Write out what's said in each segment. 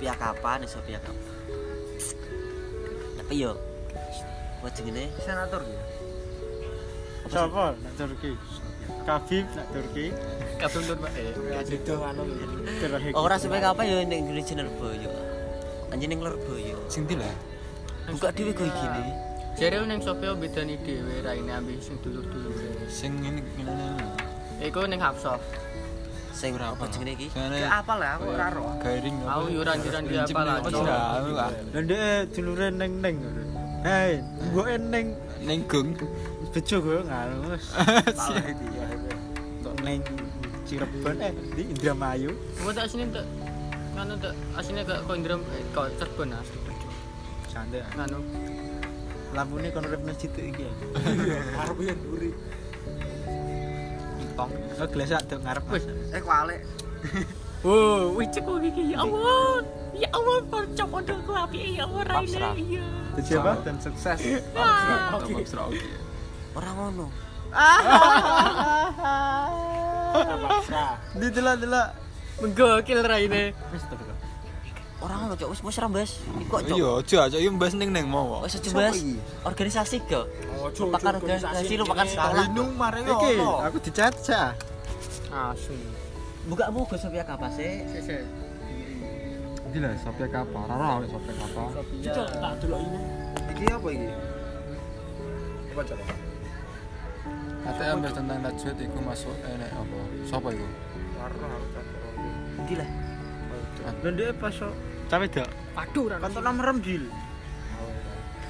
pihak kapan iso pihak kapan tapi yo apa jenenge bisa natur gitu Apa sih? Siapa? Nak Turki. Kafif nak Turki. katuntun pak eh Aduh anu lho. Terakhir. ora sampe kapan yo ning gereja Lerboyo anjing ning Lerboyo Sing ndi lho? buka dhewe koyo gini jare nang sopyo bedani dhewe raine ambil sing dulur-dulur Sing ngene ngene lho. Iku ning Hapsof. sing Ora apa jenenge iki Jane Apa lah aku ora roh. garing lho. Aku yuran-yuran di apa lah, Apa Cok. sih, aku lah. Dan dia eh, dulure neng neng. Hei, gue Eh, neng Ning geng. bejo gue ngarus. Kok ya, neng Cirebon eh di Indramayu. Gua tak sini tak nganu tak asine gak kondrem eh kok Cirebon ah. Santai. Nganu. ah. Lampune kon rep masjid iki. ya. Arep yen duri. Pingpong. Oh, gelas sak ngarep. Wis, eh kwalek Oh, wih cek kok iki ya Allah. Ya Allah, percok ondel ku api ya Allah raine. Pasrah. Iya. Siapa? Dan sukses. Oke. Oke. ora ngono Di delok-delok. Menggokil raine. Wis to. ora ngono cok wis wis ra mbes iku cok Iya, aja aja yo mbas ning ning mau. wis aja mbes organisasi kok lupakan organisasi Iya. lupakan sekolah Linung mare yo. Iki aku dicacah. Asu. buka mu go sampe kapan sih Sese. Iki lho sopir kapal, ora oleh sopir kapal. Cok, tak delok ini. Iki apa iki? Coba coba. Kata mbas tentang tajwid iku masuk enek apa? Sopo iku? ndi lah Lho ndek pas cawe dak. Waduh, ra. Kantor nomor rembil.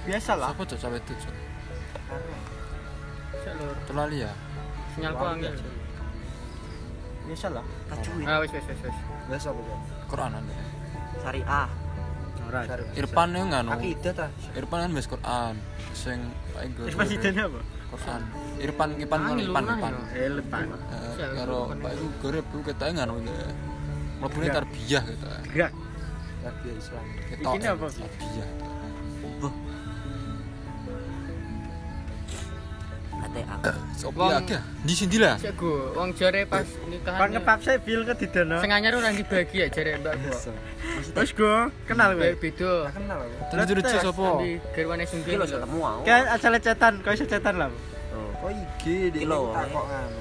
Biasa lah. Sopo cok cawe itu cok? Cek, Lur. Terlalu ya? Sinyalku angel. Cok. Biasa lah. kacuin Ah, wis wis wis wis. Wes apa ya? Quran ande. syariah Ora. Irfan yo nganu. akidah ta Irfan kan mbas Quran. Sing paling gede. Wis presiden apa? Quran. Irfan Irfan Ah, ngono, ini Irfan lunah, Irfan. yo. Eh, lepan. Eh, Sial, Karo Irfan. Pak iku gorep iku ketoke nganu ya. Mlebune Enggak. tarbiyah gitu. ya. Gerak. Lagi Islam. Ketok. Ini apa? Tarbiyah. ATA Sopo Wong- ya? Ki? Di sini lah. Cek go, wong jare pas nikahan. Kon ngepap saya bil ke didono. Sing anyar ora dibagi ya jare Mbak gua. Wis go, kenal Kayak kowe. beda. Kenal aku. Terus terus Letes. sopo? Di garwane iki Iya, sungguh. lho ketemu aku Kayak acara cetan, kau bisa cetan lah. Oh IG Iki di lho, tak wae. kok nganu.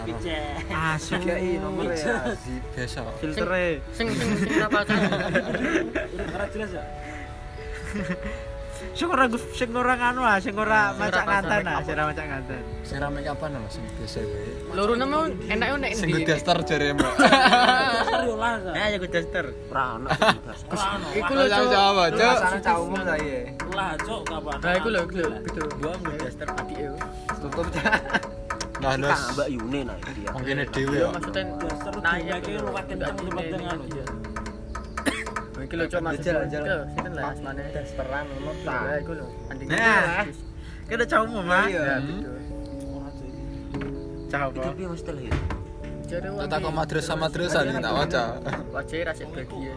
Asu. Dikai nomor ya. Biasa. Filtere. Sing sing sing ora pacaran. Eh, Sing ora gus, sing ora nganu ah, sing Sing ora ora macak pacaran nganten ah, apa? sing ora macak nganten. Sing rame kapan lho sing biasa wae. Loro nama enake nek Sing endi. gedaster jare Mbak. Eh, ya gue daster. ora ono Iku lho Lha Cok. jawab, Cuk. Rasane cah umum ta ya. Nah, iku lho iku lho beda. Gua gue daster. Adike. yo. Iya. Tutup ta. Nah, iki lho. tak Mbak Yune nah iki ya Mungkin dhewe Yo Iya, ya. maksudnya naik ya, iki lho wae kenceng kenceng anu. Iki Nah, lho Cok maksudnya. Jalan, jalan. Cok, Sinten lah asmane. Teran nomor Nah, tak. iku lho. Anding. Nah. Kita cah umum ah. Iya. Ya, beda. Cah itu apa? piye mesti lho Jare wong. Tak kok madrasah madrasah nih tak waca. Wae ra sik bagi ya.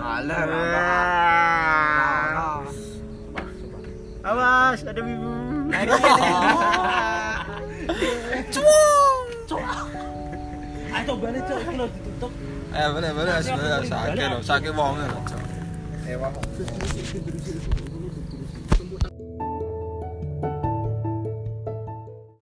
Alah. Wah. Awas, ada wibu. Eh, bener bener sebenarnya sakit lho, sakit wong lho. Cuk. Ewa.